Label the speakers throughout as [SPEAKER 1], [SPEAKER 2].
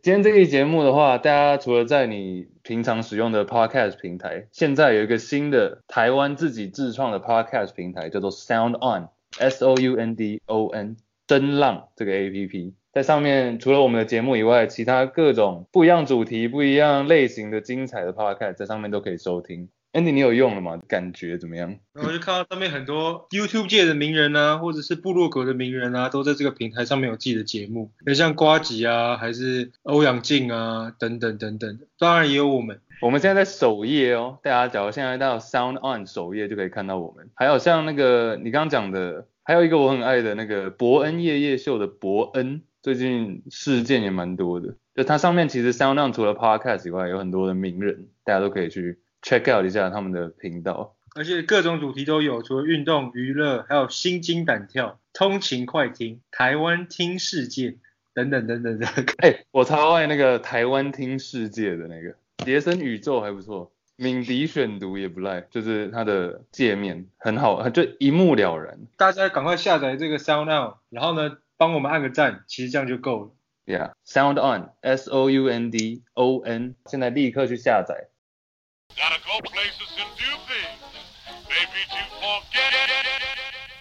[SPEAKER 1] 今天这期节目的话，大家除了在你平常使用的 podcast 平台，现在有一个新的台湾自己自创的 podcast 平台，叫做 Sound On，S O U N D O N，声浪这个 A P P，在上面除了我们的节目以外，其他各种不一样主题、不一样类型的精彩的 podcast 在上面都可以收听。Andy，你有用了吗？感觉怎么样？
[SPEAKER 2] 然后就看到上面很多 YouTube 界的名人啊，或者是部落格的名人啊，都在这个平台上面有自己的节目，像瓜吉啊，还是欧阳靖啊，等等等等。当然也有我们。
[SPEAKER 1] 我们现在在首页哦，大家假如现在到 Sound On 首页就可以看到我们。还有像那个你刚刚讲的，还有一个我很爱的那个伯恩夜夜秀的伯恩，最近事件也蛮多的。就它上面其实 Sound On 除了 Podcast 以外，有很多的名人，大家都可以去 check out 一下他们的频道。
[SPEAKER 2] 而且各种主题都有，除了运动、娱乐，还有心惊胆跳、通勤快听、台湾听世界等等等等等。
[SPEAKER 1] 哎、我超爱那个台湾听世界的那个杰森宇宙还不错，敏迪选读也不赖，就是它的界面很好，就一目了然。
[SPEAKER 2] 大家赶快下载这个 Sound On，然后呢，帮我们按个赞，其实这样就够了。
[SPEAKER 1] Yeah, Sound On, S O U N D O N，现在立刻去下载。
[SPEAKER 3] Gotta go places and do things. Maybe to forget.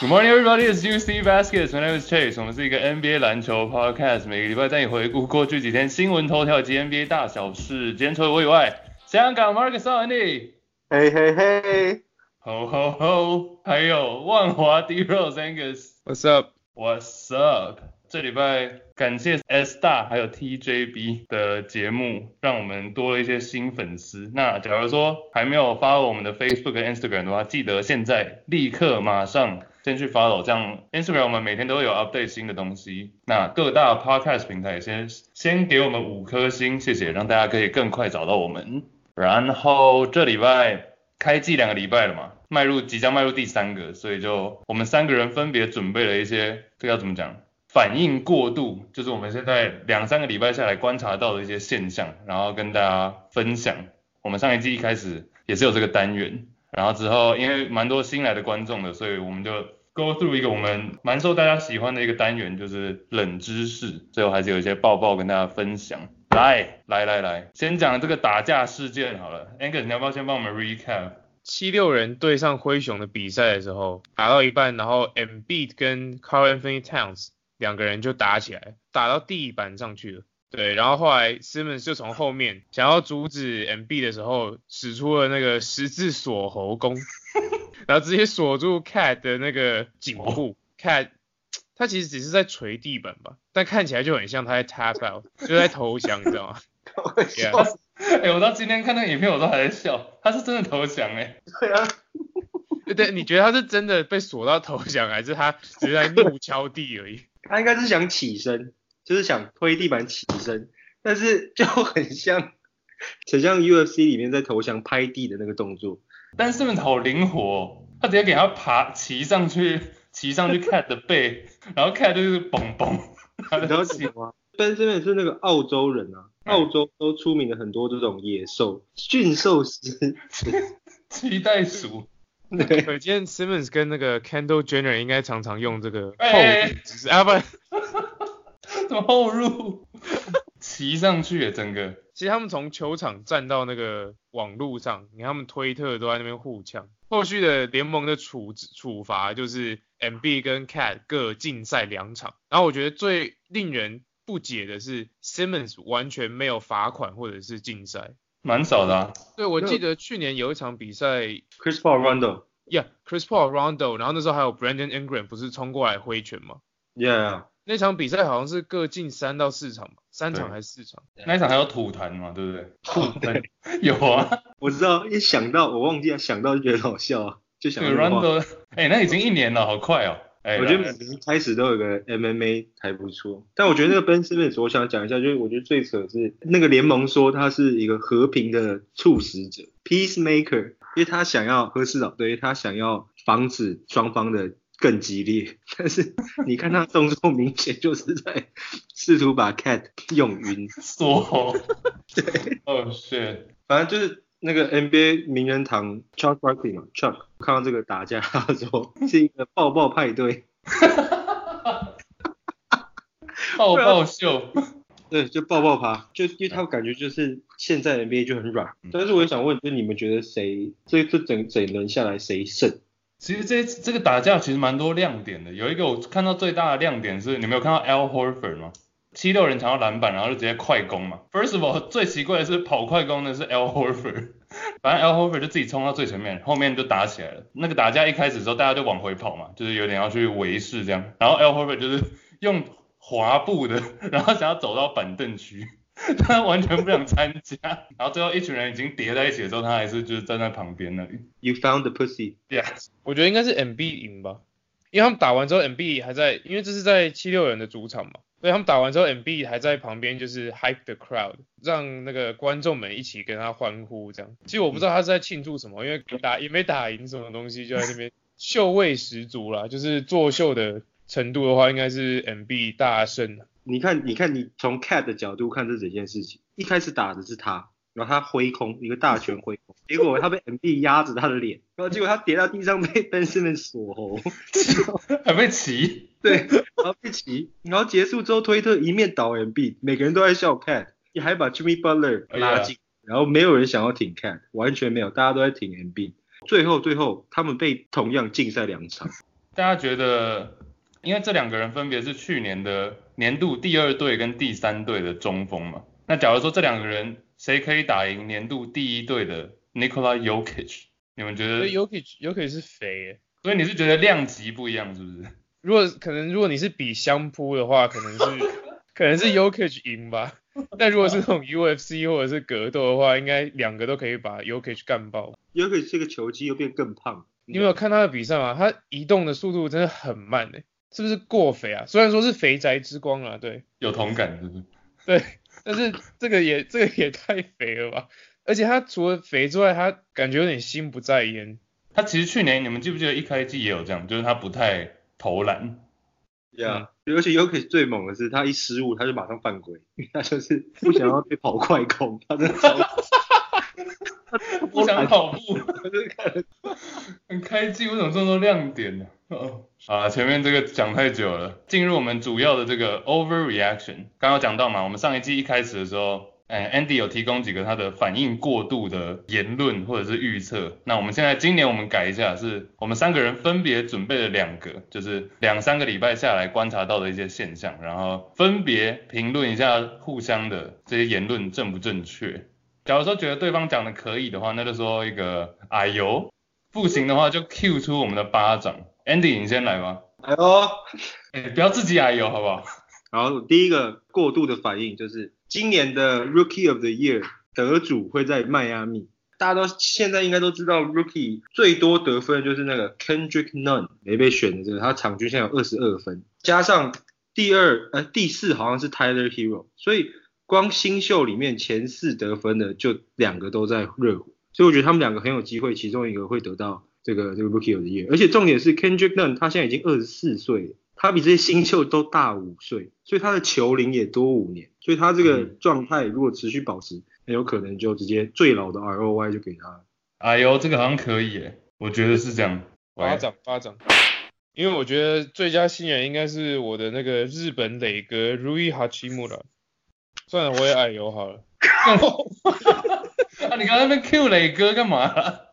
[SPEAKER 1] Good morning, everybody. It's UC Baskets. My name is Chase. 我们是一个 NBA 篮球 podcast，每个礼拜带你回顾过去几天新闻头条及 NBA 大小事。今天除了我以外，香港 Marcus 哦 Andy，
[SPEAKER 4] 嘿嘿嘿
[SPEAKER 1] 吼吼吼，还有万华 D Rose Angus。
[SPEAKER 5] What's up？
[SPEAKER 1] What's up？这礼拜感谢 S 大还有 TJB 的节目，让我们多了一些新粉丝。那假如说还没有 follow 我们的 Facebook 跟 Instagram 的话，记得现在立刻马上先去 follow，这样 Instagram 我们每天都有 update 新的东西。那各大 podcast 平台也先先给我们五颗星，谢谢，让大家可以更快找到我们。然后这礼拜开季两个礼拜了嘛，迈入即将迈入第三个，所以就我们三个人分别准备了一些，这个要怎么讲？反应过度，就是我们现在两三个礼拜下来观察到的一些现象，然后跟大家分享。我们上一季一开始也是有这个单元，然后之后因为蛮多新来的观众的，所以我们就 go through 一个我们蛮受大家喜欢的一个单元，就是冷知识。最后还是有一些报报跟大家分享。来来来来，先讲这个打架事件好了，Angus，你要不要先帮我们 recap？
[SPEAKER 5] 七六人对上灰熊的比赛的时候，打到一半，然后 m b 跟 Carl Anthony Towns 两个人就打起来，打到地板上去了。对，然后后来 Simmons 就从后面想要阻止 m b 的时候，使出了那个十字锁喉功，然后直接锁住 Cat 的那个颈部。Cat 他其实只是在捶地板吧，但看起来就很像他在 tap out，就在投降，你知道吗
[SPEAKER 4] 我
[SPEAKER 5] ？Yeah，
[SPEAKER 1] 哎、我到今天看那个影片，我都还在笑，他是真的投降哎、
[SPEAKER 4] 对啊，
[SPEAKER 5] 对，你觉得他是真的被锁到投降，还是他只是在怒敲地而已？
[SPEAKER 2] 他应该是想起身，就是想推地板起身，但是就很像，很像 UFC 里面在投降拍地的那个动作。
[SPEAKER 1] 但是 Simmons 好灵活、哦，他直接给他爬骑上去，骑上去 Cat 的背，然后 Cat 就是嘣嘣， 然后
[SPEAKER 2] 你知
[SPEAKER 1] 就
[SPEAKER 2] 道什
[SPEAKER 1] 骑
[SPEAKER 2] 么吗？但这边是那个澳洲人啊，
[SPEAKER 1] 嗯
[SPEAKER 2] 澳洲都出名的很多这种野兽、驯兽师，
[SPEAKER 1] 骑袋鼠。
[SPEAKER 2] 对，
[SPEAKER 5] 可见 Simmons 跟那个 Kendall Jenner 应该常常用这个
[SPEAKER 1] 哎
[SPEAKER 5] 后
[SPEAKER 1] 哎哎
[SPEAKER 5] 入姿势，啊不然，
[SPEAKER 1] 怎么后入？骑上去耶，整个
[SPEAKER 5] 其实他们从球场站到那个网路上，你看他们推特都在那边互呛。后续的联盟的处处罚就是 MB 跟 Cat 各禁赛两场。然后我觉得最令人不解的是 Simmons 完全没有罚款或者是禁赛。
[SPEAKER 1] 蛮少的啊。
[SPEAKER 5] 对，我
[SPEAKER 2] 那
[SPEAKER 5] 记得去年有一场比赛
[SPEAKER 2] Chris Paul、Rondo。
[SPEAKER 5] ，Yeah，Chris Paul、Rondo，然后那时候还有 Brandon Ingram 不是冲过来挥拳吗？
[SPEAKER 2] Yeah，
[SPEAKER 5] 那场比赛好像是各进三到四场吧，三场还是四场？
[SPEAKER 2] 啊
[SPEAKER 1] 那一场还有吐痰嘛，对不 对？吐痰 有啊，
[SPEAKER 2] 我知道，一想到我忘记了，想到就觉得好笑啊，就想
[SPEAKER 1] 那
[SPEAKER 2] 到
[SPEAKER 1] 个
[SPEAKER 2] 那个画面
[SPEAKER 1] Rondo，哎、 那已经一年了，好快哦。哎、
[SPEAKER 2] 我觉得
[SPEAKER 1] 来
[SPEAKER 2] 每年开始都有个 MMA 还不错，但我觉得那个 Ben Simmons，我想讲一下，就是我觉得最扯的是那个联盟说他是一个和平的促使者 （peacemaker），因为他想要和事佬对，他想要防止双方的更激烈。 但是你看他动作明显就是在试图把 Cat 用晕，
[SPEAKER 1] 锁喉。对。哦，是。
[SPEAKER 2] 反正就是那个 NBA 名人堂 Chuck Barkley 嘛，Chuck 看到这个打架，他说是一个抱抱派对，
[SPEAKER 1] 抱抱秀，
[SPEAKER 2] 对，就抱抱趴，就因为他感觉就是现在 NBA 就很软。但是我也想问，就你们觉得谁这这整整轮下来谁胜？
[SPEAKER 1] 其实这这个打架其实蛮多亮点的，有一个我看到最大的亮点是，你没有看到 Al Horford 吗？七六人抢到篮板，然后就直接快攻嘛。First of all，最奇怪的是跑快攻的是 Al Horford，反正 Al Horford 就自己冲到最前面，后面就打起来了。那个打架一开始的时候，大家就往回跑嘛，就是有点要去围视这样。然后 Al Horford 就是用滑步的，然后想要走到板凳区， 他完全不想参加。然后最后一群人已经叠在一起的时候，他还是就是站在旁边那里。
[SPEAKER 2] You found the pussy。
[SPEAKER 1] Yes。
[SPEAKER 5] 我觉得应该是 MB 赢吧，因为他们打完之后 MB 还在，因为这是在七六人的主场嘛，所以他们打完之后 MB 还在旁边就是 hype the crowd，让那个观众们一起跟他欢呼这样。其实我不知道他是在庆祝什么，因为打也没打赢什么东西，就在那边秀味十足啦，就是作秀的程度的话，应该是 MB 大胜。啊
[SPEAKER 2] 你看，你看，你从 Cat 的角度看这整件事情，一开始打的是他，然后他挥空一个大拳挥 空，结果他被 MB 压着他的脸，然后结果他跌到地上被 Ben Simmons 锁喉，
[SPEAKER 1] 还被骑，
[SPEAKER 2] 对，然后被骑，然后结束之后推特一面倒 MB，每个人都在笑 Cat，你还把 Jimmy Butler
[SPEAKER 1] 哎呀
[SPEAKER 2] 拉进，然后没有人想要挺 Cat，完全没有，大家都在挺 MB。最后，最后他们被同样禁赛两场，
[SPEAKER 1] 大家觉得，因为这两个人分别是去年的年度第二队跟第三队的中锋嘛，那假如说这两个人谁可以打赢年度第一队的 Nikola Jokic？你们觉
[SPEAKER 5] 所
[SPEAKER 1] 得
[SPEAKER 5] 以？Yuki Yuki 是肥耶、
[SPEAKER 1] 所以你是觉得量级不一样是不是？
[SPEAKER 5] 如果可能，如果你是比相扑的话，可能是可能是 y o k i c 赢吧。但如果是那种 UFC 或者是格斗的话，应该两个都可以把 y o k i c 干爆。
[SPEAKER 2] 有可能这个球技又变更胖。
[SPEAKER 5] 你有没有看他的比赛吗？他移动的速度真的很慢诶、是不是过肥啊？虽然说是肥宅之光啊，对
[SPEAKER 1] 有同感是不是？
[SPEAKER 5] 对，但是这个也这个也太肥了吧！而且他除了肥之外，他感觉有点心不在焉。
[SPEAKER 1] 他其实去年你们记不记得一开季也有这样，就是他不太投篮，
[SPEAKER 2] Yeah，、而且 Yuki 最猛的是，他一失误他就马上犯规， 因为他就是不想要被跑快攻，他真的 超，
[SPEAKER 1] 不想跑步。
[SPEAKER 2] 他就是看了
[SPEAKER 1] 很开季为什么这么多亮点呢、哦，啊，前面这个讲太久了，进入我们主要的这个 overreaction。刚刚讲到嘛，我们上一季一开始的时候，嗯，Andy 有提供几个他的反应过度的言论或者是预测。那我们现在今年我们改一下，是我们三个人分别准备了两个，就是两三个礼拜下来观察到的一些现象，然后分别评论一下互相的这些言论正不正确。假如说觉得对方讲的可以的话，那就说一个哎呦，不行的话就 Q 出我们的巴掌。Andy，你先来吧。
[SPEAKER 2] 哎呦，
[SPEAKER 1] 哎、不要自己矮油好不好？
[SPEAKER 2] 然后第一个过度的反应就是，今年的 Rookie of the Year 得主会在迈阿密。大家都现在应该都知道，Rookie 最多得分的就是那个 Kendrick Nunn 没被选的这个，他场均现在有二十二分，加上第二呃第四好像是 Tyler Hero，所以光新秀里面前四得分的就两个都在热火，所以我觉得他们两个很有机会，其中一个会得到这个这个 Rookie of the Year，而且重点是 Kendrick Nunn 他现在已经二十四岁了。他比这些新秀都大五岁，所以他的球龄也多五年，所以他这个
[SPEAKER 1] 嗯
[SPEAKER 2] 状态如果持续保持，很有可能就直接最老的 ROY 就给他了。
[SPEAKER 1] 矮油哎这个好像可以耶，我觉得是这样。
[SPEAKER 5] 巴掌巴掌。因为我觉得最佳新人应该是我的那个日本磊哥 Rui Hachimura。算了，我也矮油好了。
[SPEAKER 1] 啊，你刚才那边 Q 磊哥干嘛啦？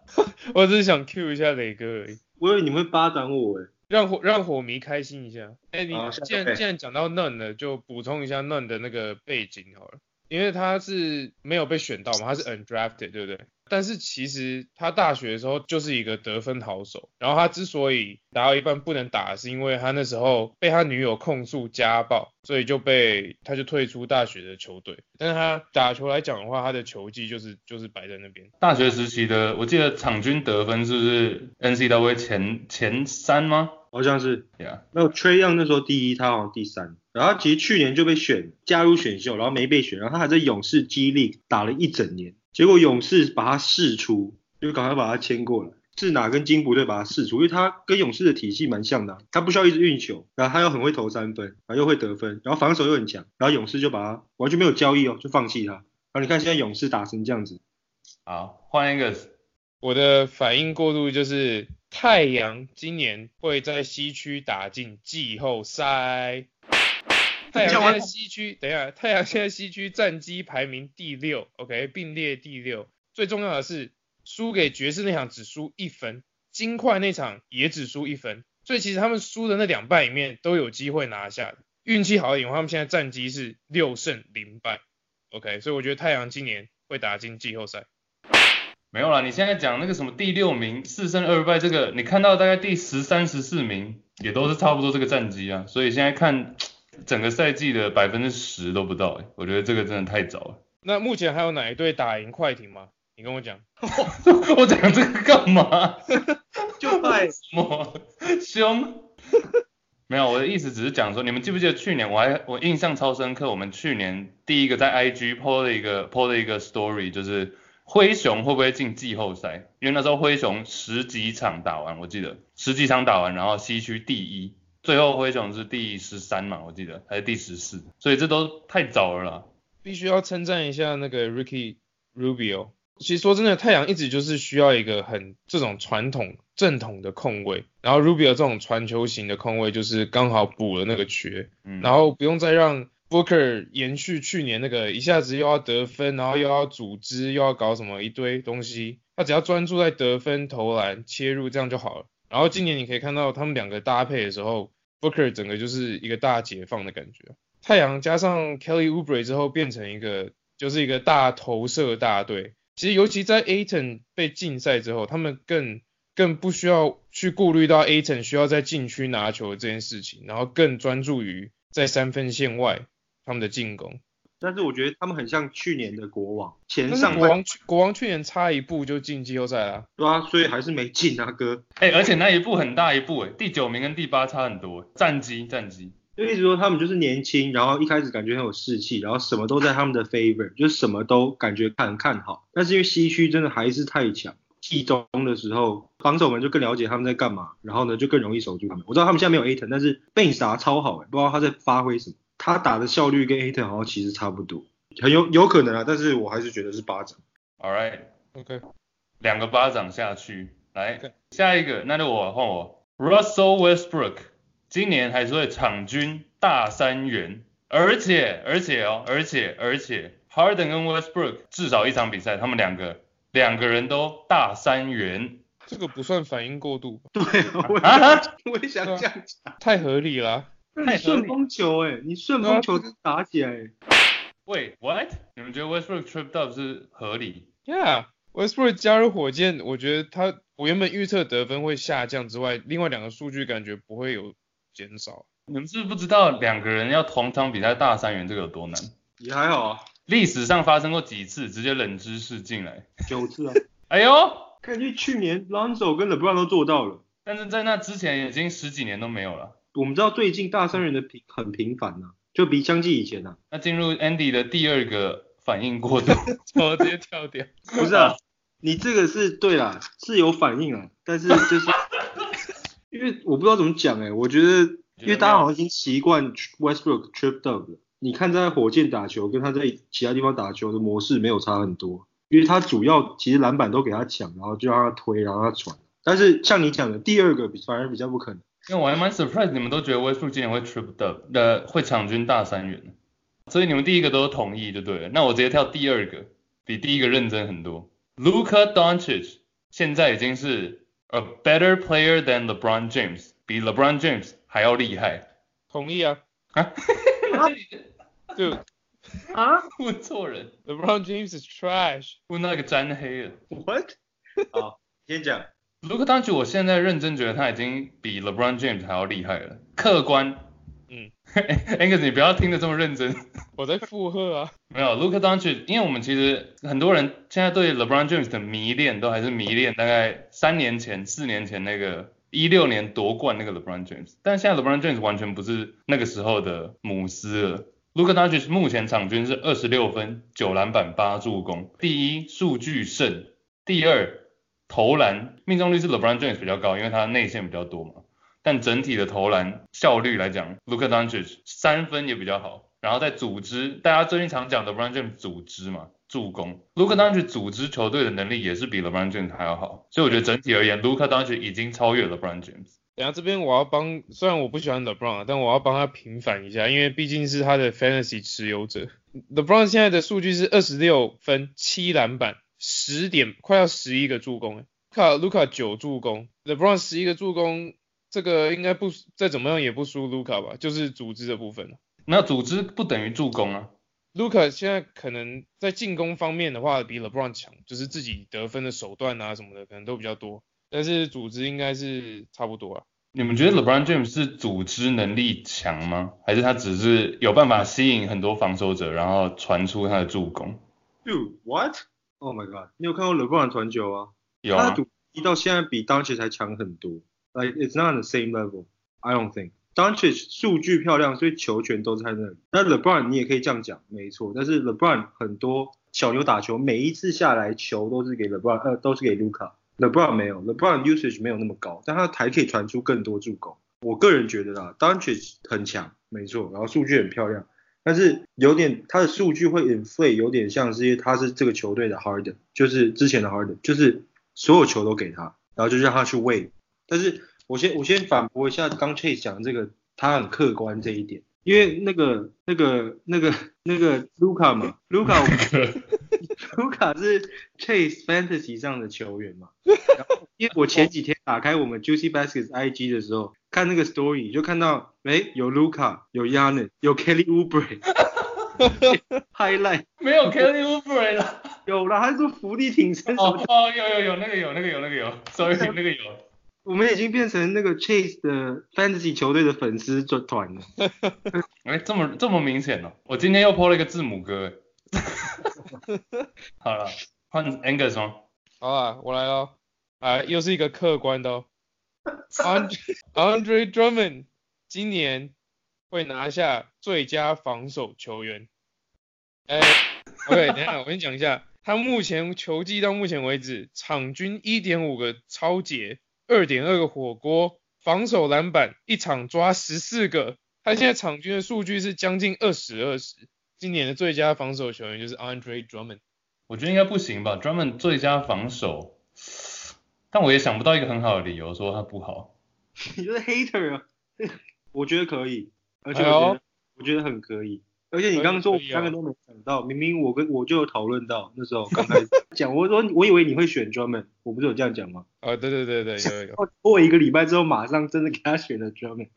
[SPEAKER 5] 我只是想 Q 一下磊哥而已，
[SPEAKER 2] 我以为你们会巴掌我诶，
[SPEAKER 5] 让火让火迷开心一下。哎、你
[SPEAKER 2] 好下
[SPEAKER 5] 既然
[SPEAKER 2] 对
[SPEAKER 5] 既然讲到 Nun 了，就补充一下 Nun 的那个背景好了，因为他是没有被选到嘛，他是 undrafted，对不对？但是其实他大学的时候就是一个得分好手，然后他之所以打到一半不能打，是因为他那时候被他女友控诉家暴，所以就被他就退出大学的球队。但是他打球来讲的话，他的球技就是就是摆在那边。
[SPEAKER 1] 大学时期的，我记得场均得分是不是 NCAA 前前三吗？
[SPEAKER 2] 好像是。
[SPEAKER 1] 呀、
[SPEAKER 2] 没有 Trey Young 那时候第一，他好像第三。然后其实去年就被选加入选秀，然后没被选，然后他还在勇士激励打了一整年，结果勇士把他释出，就赶快把他签过来。是哪跟金不队把他释出？因为他跟勇士的体系蛮像的啊、他不需要一直运球，然后他又很会投三分，然后又会得分，然后防守又很强，然后勇士就把他完全没有交易哦，就放弃他。然后你看现在勇士打成这样子，
[SPEAKER 1] 好，换一个
[SPEAKER 5] 我的反应过度就是太阳今年会在西区打进季后赛。太阳现在西区，等一下，太阳现在西区战绩排名第六，OK，并列第六。最重要的是，输给爵士那场只输一分，金块那场也只输一分，所以其实他们输的那两败里面都有机会拿下的。运气好一点的话，他们现在战绩是六胜零败，OK，所以我觉得太阳今年会打进季后赛。
[SPEAKER 1] 没有啦，你现在讲那个什么第六名四胜二败，这个你看到大概第十三、十四名也都是差不多这个战绩啊，所以现在看整个赛季的百分之十都不到、欸，我觉得这个真的太早了。
[SPEAKER 5] 那目前还有哪一队打赢快艇吗？你跟我讲。
[SPEAKER 1] 我讲这个干嘛？
[SPEAKER 2] 就 快
[SPEAKER 1] 什么凶？没有，我的意思只是讲说，你们记不记得去年我还我印象超深刻，我们去年第一个在 IG PO 了一个 PO 了一个 story，就是灰熊会不会进季后赛？因为那时候灰熊十几场打完，我记得十几场打完，然后西区第一，最后灰熊是第十三嘛，我记得还是第十四，所以这都太早了啦。
[SPEAKER 5] 必须要称赞一下那个 Ricky Rubio。其实说真的，太阳一直就是需要一个很这种传统正统的控卫，然后 Rubio 这种传球型的控卫就是刚好补了那个缺，
[SPEAKER 1] 嗯，
[SPEAKER 5] 然后不用再让 Booker 延续去年那个一下子又要得分，然后又要组织，又要搞什么一堆东西，他只要专注在得分、投篮、切入这样就好了。然后今年你可以看到他们两个搭配的时候，Booker 整个就是一个大解放的感觉。太阳加上 Kelly Oubre 之后，变成一个就是一个大投射大队。其实尤其在 Aton 被禁赛之后，他们更更不需要去顾虑到 Aton 需要在禁区拿球这件事情，然后更专注于在三分线外他们的进攻。
[SPEAKER 2] 但是我觉得他们很像去年的国王，前
[SPEAKER 5] 但是
[SPEAKER 2] 上
[SPEAKER 5] 国
[SPEAKER 2] 半
[SPEAKER 5] 王去国王去年差一步就进季后赛啦。
[SPEAKER 2] 对啊，所以还是没进啊哥。
[SPEAKER 1] 哎、而且那一步很大一步哎、第九名跟第八差很多、战绩战绩。
[SPEAKER 2] 就一直说他们就是年轻，然后一开始感觉很有士气，然后什么都在他们的 favor，就是什么都感觉看看好。但是因为西区真的还是太强，季中的时候防守们就更了解他们在干嘛，然后呢就更容易守住他们。我知道他们现在没有 Aton，但是 b a 打超好哎、不知道他在发挥什么。他打的效率跟 Aton 好像其实差不多，很有有可能啊，但是我还是觉得是巴掌。
[SPEAKER 1] All right，
[SPEAKER 5] OK，
[SPEAKER 1] 两个巴掌下去，来
[SPEAKER 5] OK
[SPEAKER 1] 下一个，那就我换我，Russell Westbrook，今年还是会场均大三元，而且而且哦，而且而且，Harden 跟 Westbrook 至少一场比赛，他们两个两个人都大三元，
[SPEAKER 5] 这个不算反应过度吧，
[SPEAKER 2] 对啊，我也、
[SPEAKER 1] 啊
[SPEAKER 2] 我也想这 样讲。
[SPEAKER 5] 太合理啦。
[SPEAKER 2] 你顺风球哎、你顺风球就打起来、欸，
[SPEAKER 1] 喂，what？你们觉得 Westbrook tripped up 是合理？
[SPEAKER 5] Yeah，Westbrook 加入火箭，我觉得他我原本预测得分会下降之外，另外两个数据感觉不会有减少。
[SPEAKER 1] 你们是不是不知道两个人要同场比赛大三元这个有多难，
[SPEAKER 2] 也还好啊，
[SPEAKER 1] 历史上发生过几次，直接冷知识进来，
[SPEAKER 2] 九 次啊。
[SPEAKER 1] 哎呦。
[SPEAKER 2] 感觉去年 Lonzo 跟 LeBron 都做到了。
[SPEAKER 1] 但是在那之前已经十几年都没有了。
[SPEAKER 2] 我们知道最近大三元的频很频繁呐、就比相继以前呐、啊
[SPEAKER 1] 那进入 Andy 的第二个反应过度，
[SPEAKER 5] 我直接跳掉。
[SPEAKER 2] 不是啊，你这个是对啦，是有反应啊，但是就是 因为我不知道怎么讲哎、我觉得因为大家好像已经习惯 Westbrook tripped up 了。你看他在火箭打球跟他在其他地方打球的模式没有差很多，因为他主要其实篮板都给他抢，然后就让他推，然后他传。但是像你讲的第二个比反而比较不可能。
[SPEAKER 1] 因为我还蛮 surprise 你们都觉得 Westbrook 今年会 trip up，呃，会场均大三元，所以你们第一个都同意就对了。那我直接跳第二个，比第一个认真很多。Luka Doncic 现在已经是 a better player than LeBron James，比 LeBron James 还要厉害。
[SPEAKER 5] 同意啊， 就
[SPEAKER 1] 问错人，
[SPEAKER 5] LeBron James is trash。
[SPEAKER 1] 问那个沾黑了。
[SPEAKER 2] What？好，先讲。
[SPEAKER 1] 卢克当局，我现在认真觉得他已经比 LeBron James 还要厉害了。客观，
[SPEAKER 5] 嗯
[SPEAKER 1] ，Angus，你不要听得这么认真。
[SPEAKER 5] 我在附和啊。
[SPEAKER 1] 没有，卢克当局，因为我们其实很多人现在对 LeBron James 的迷恋都还是迷恋大概三年前、四年前那个一六年夺冠那个 LeBron James，但现在 LeBron James 完全不是那个时候的姆斯了。卢克当局目前场均是二十六分、九篮板、八助攻，第一数据胜，第二投篮命中率是 LeBron James 比较高，因为他内线比较多嘛。但整体的投篮效率来讲，Luka Doncic 三分也比较好，然后在组织，大家最近常讲的 LeBron James 组织嘛，助攻。卢克当时组织球队的能力也是比 LeBron James 还要好，所以我觉得整体而言，卢克当时已经超越 LeBron James。
[SPEAKER 5] 然后这边我要帮，虽然我不喜欢 LeBron，啊但我要帮他平反一下，因为毕竟是他的 Fantasy 持有者。LeBron 现在的数据是二十六分、七篮板、十点，快要十一个助攻。哎，卡卢卡九助攻，LeBron 十一个助攻，这个应该不再怎么样也不输卢卡吧，就是组织的部分了。
[SPEAKER 1] 那组织不等于助攻啊，
[SPEAKER 5] 卢卡现在可能在进攻方面的话比 LeBron 强，就是自己得分的手段啊什么的可能都比较多，但是组织应该是差不多啊。
[SPEAKER 1] 你们觉得 LeBron James 是组织能力强吗？还是他只是有办法吸引很多防守者，然后传出他的助攻？
[SPEAKER 2] Dude, what? Oh my god！你有看过 LeBron 的传球啊？
[SPEAKER 1] 有
[SPEAKER 2] 他
[SPEAKER 1] 啊
[SPEAKER 2] 的，赌一到现在比 Doncic 还强很多。Like it's not on the same level. I don't think. Doncic 数据漂亮，所以球权都在那里。那 LeBron 你也可以这样讲，没错。但是 LeBron 很多小牛打球，每一次下来球都是给 LeBron，呃，都是给 Luka。LeBron 没有，LeBron usage 没有那么高，但他还可以传出更多助攻。我个人觉得啦，Doncic 很强，没错，然后数据很漂亮，但是有点他的数据会 inflate，有点像是因为他是这个球队的 Harden，就是之前的 Harden，就是所有球都给他，然后就让他去喂。但是我先我先反驳一下刚 Chase 讲这个，他很客观这一点，因为那个那个那个那个 Luca 嘛，Luca Luca 是 Chase Fantasy 上的球员嘛，然后因为我
[SPEAKER 5] 哦
[SPEAKER 2] 前几天打开我们 Juicy Baskets IG 的时候，看那个 story 就看到，哎，有 Luca，有 Yanis，有 Kelly Oubre。highlight
[SPEAKER 1] 没有 Kelly Oubre 了。
[SPEAKER 2] 有啦，他说福利挺身什么
[SPEAKER 1] 哦哦，有有有，那个有那个有那个有，sorry 那个有。
[SPEAKER 2] 我们已经变成那个 Chase 的 Fantasy 球队的粉丝就团了。
[SPEAKER 1] 哎，这么这么明显哦！我今天又 po 了一个字母哥。哎 好了，换 Angus 哦吗？
[SPEAKER 5] 好啊，我来喽，啊，又是一个客观的哦。Andre Andre Drummond 今年会拿下最佳防守球员。哎、o k 等一下，我先讲一下，他目前球技到目前为止，场均一点五个超节，二点二个火锅，防守篮板一场抓十四个，他现在场均的数据是将近二十二十。今年的最佳防守球员就是 Andre Drummond。
[SPEAKER 1] 我觉得应该不行吧，专门最佳防守，但我也想不到一个很好的理由说他不好。
[SPEAKER 2] 你就是 hater 啊？ 我觉得可以，而且
[SPEAKER 5] 哎
[SPEAKER 2] 我
[SPEAKER 5] 呦
[SPEAKER 2] 觉得、我觉得很可以。而且你刚刚说我
[SPEAKER 5] 可以可以哦
[SPEAKER 2] 三个都没想到，明明我跟我就有讨论到那时候刚开始讲，我说我以为你会选专门，我不是有这样讲吗？
[SPEAKER 5] 哦，对对对对，有有有。
[SPEAKER 2] 我过一个礼拜之后，马上真的给他选了专门，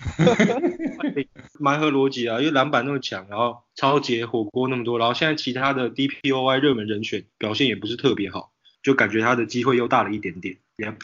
[SPEAKER 2] 蛮合逻辑啊，因为篮板那么强，然后超节火锅那么多，然后现在其他的 DPOY 热门人选表现也不是特别好，就感觉他的机会又大了一点点。Yep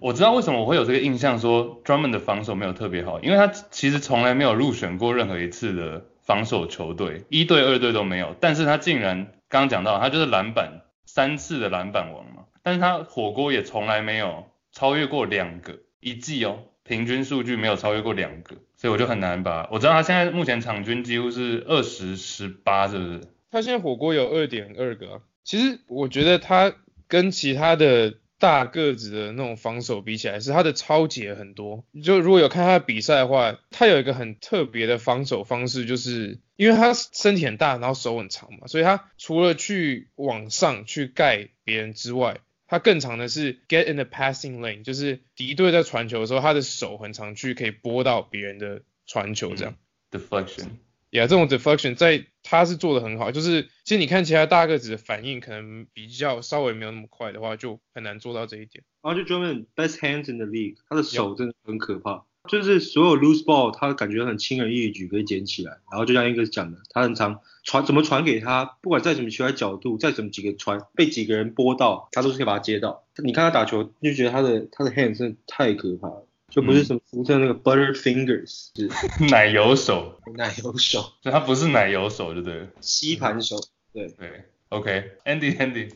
[SPEAKER 1] 我知道为什么我会有这个印象说专门的防守没有特别好，因为他其实从来没有入选过任何一次的防守球队，一队、二队都没有，但是他竟然刚刚讲到他就是篮板三次的篮板王嘛，但是他火锅也从来没有超越过两个一季哦，平均数据没有超越过两个，所以我就很难把我知道他现在目前场均几乎是二十十八，是不是？
[SPEAKER 5] 他现在火锅有二点二个啊、其实我觉得他跟其他的大个子的那种防守比起来，是他的超节很多。就如果有看他的比赛的话，他有一个很特别的防守方式，就是因为他身体很大，然后手很长嘛，所以他除了去往上去盖别人之外，他更长的是 get in the passing lane，就是敌队在传球的时候，他的手很长去可以拨到别人的传球这样。
[SPEAKER 1] deflection。
[SPEAKER 5] 呀这种 deflection 在他是做的很好，就是其实你看其他大个子的反应可能比较稍微没有那么快的话，就很难做到这一点。
[SPEAKER 2] 然后就专门 best hands in the league，他的手真的很可怕，就是所有 loose ball 他感觉很轻而易举可以捡起来，然后就像一个讲的，他很常传怎么传给他，不管在什么奇怪角度，在什么几个传被几个人拨到，他都是可以把它接到。你看他打球就觉得他的他的 hands 真的太可怕了，就不是什么福特那个 butter fingers，、是
[SPEAKER 1] 奶油手，
[SPEAKER 2] 奶油手、
[SPEAKER 1] 所以他不是奶油手，就对了。
[SPEAKER 2] 吸盘手。对，
[SPEAKER 1] 对，OK，Andy Andy，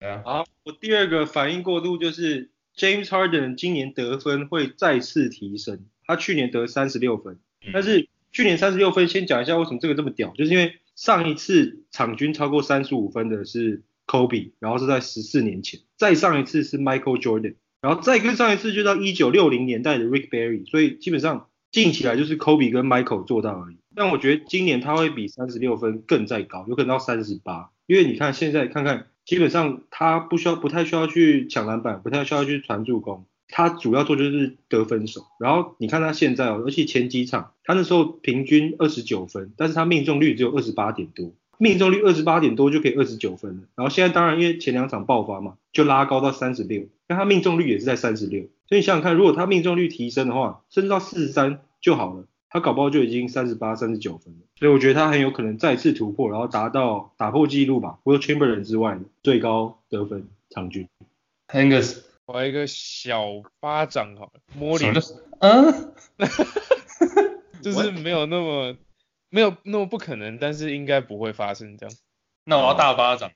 [SPEAKER 1] 对啊，
[SPEAKER 2] 好，我第二个反应过度就是 James Harden 今年得分会再次提升，他去年得三十六分，
[SPEAKER 1] 嗯
[SPEAKER 2] 但是去年三十六分，先讲一下为什么这个这么屌，就是因为上一次场均超过三十五分的是 Kobe，然后是在十四年前，再上一次是 Michael Jordan，然后再跟上一次就到一九六零年代的 Rick Barry，所以基本上近起来就是 Kobe 跟 Michael 做到而已。但我觉得今年他会比三十六分更再高，有可能到三十八，因为你看现在看看，基本上他不需要不太需要去抢篮板，不太需要去传助攻，他主要做就是得分手。然后你看他现在哦，而且前几场他那时候平均二十九分，但是他命中率只有二十八点多，命中率二十八点多就可以二十九分了。然后现在当然因为前两场爆发嘛，就拉高到三十六，但他命中率也是在三十六。所以你想想看，如果他命中率提升的话，甚至到四十三就好了，他搞不好就已经三十八、三十九分了。所以我觉得他很有可能再次突破，然后达到打破纪录吧，除了 Chamberlain 之外的最高得分场均。
[SPEAKER 1] Angus，
[SPEAKER 5] 我来一个小巴掌好了，摸
[SPEAKER 1] 什
[SPEAKER 5] 脸
[SPEAKER 1] 么叫嗯？
[SPEAKER 5] 就是没有那么没有那么不可能，但是应该不会发生这样。
[SPEAKER 1] 那我要大巴掌。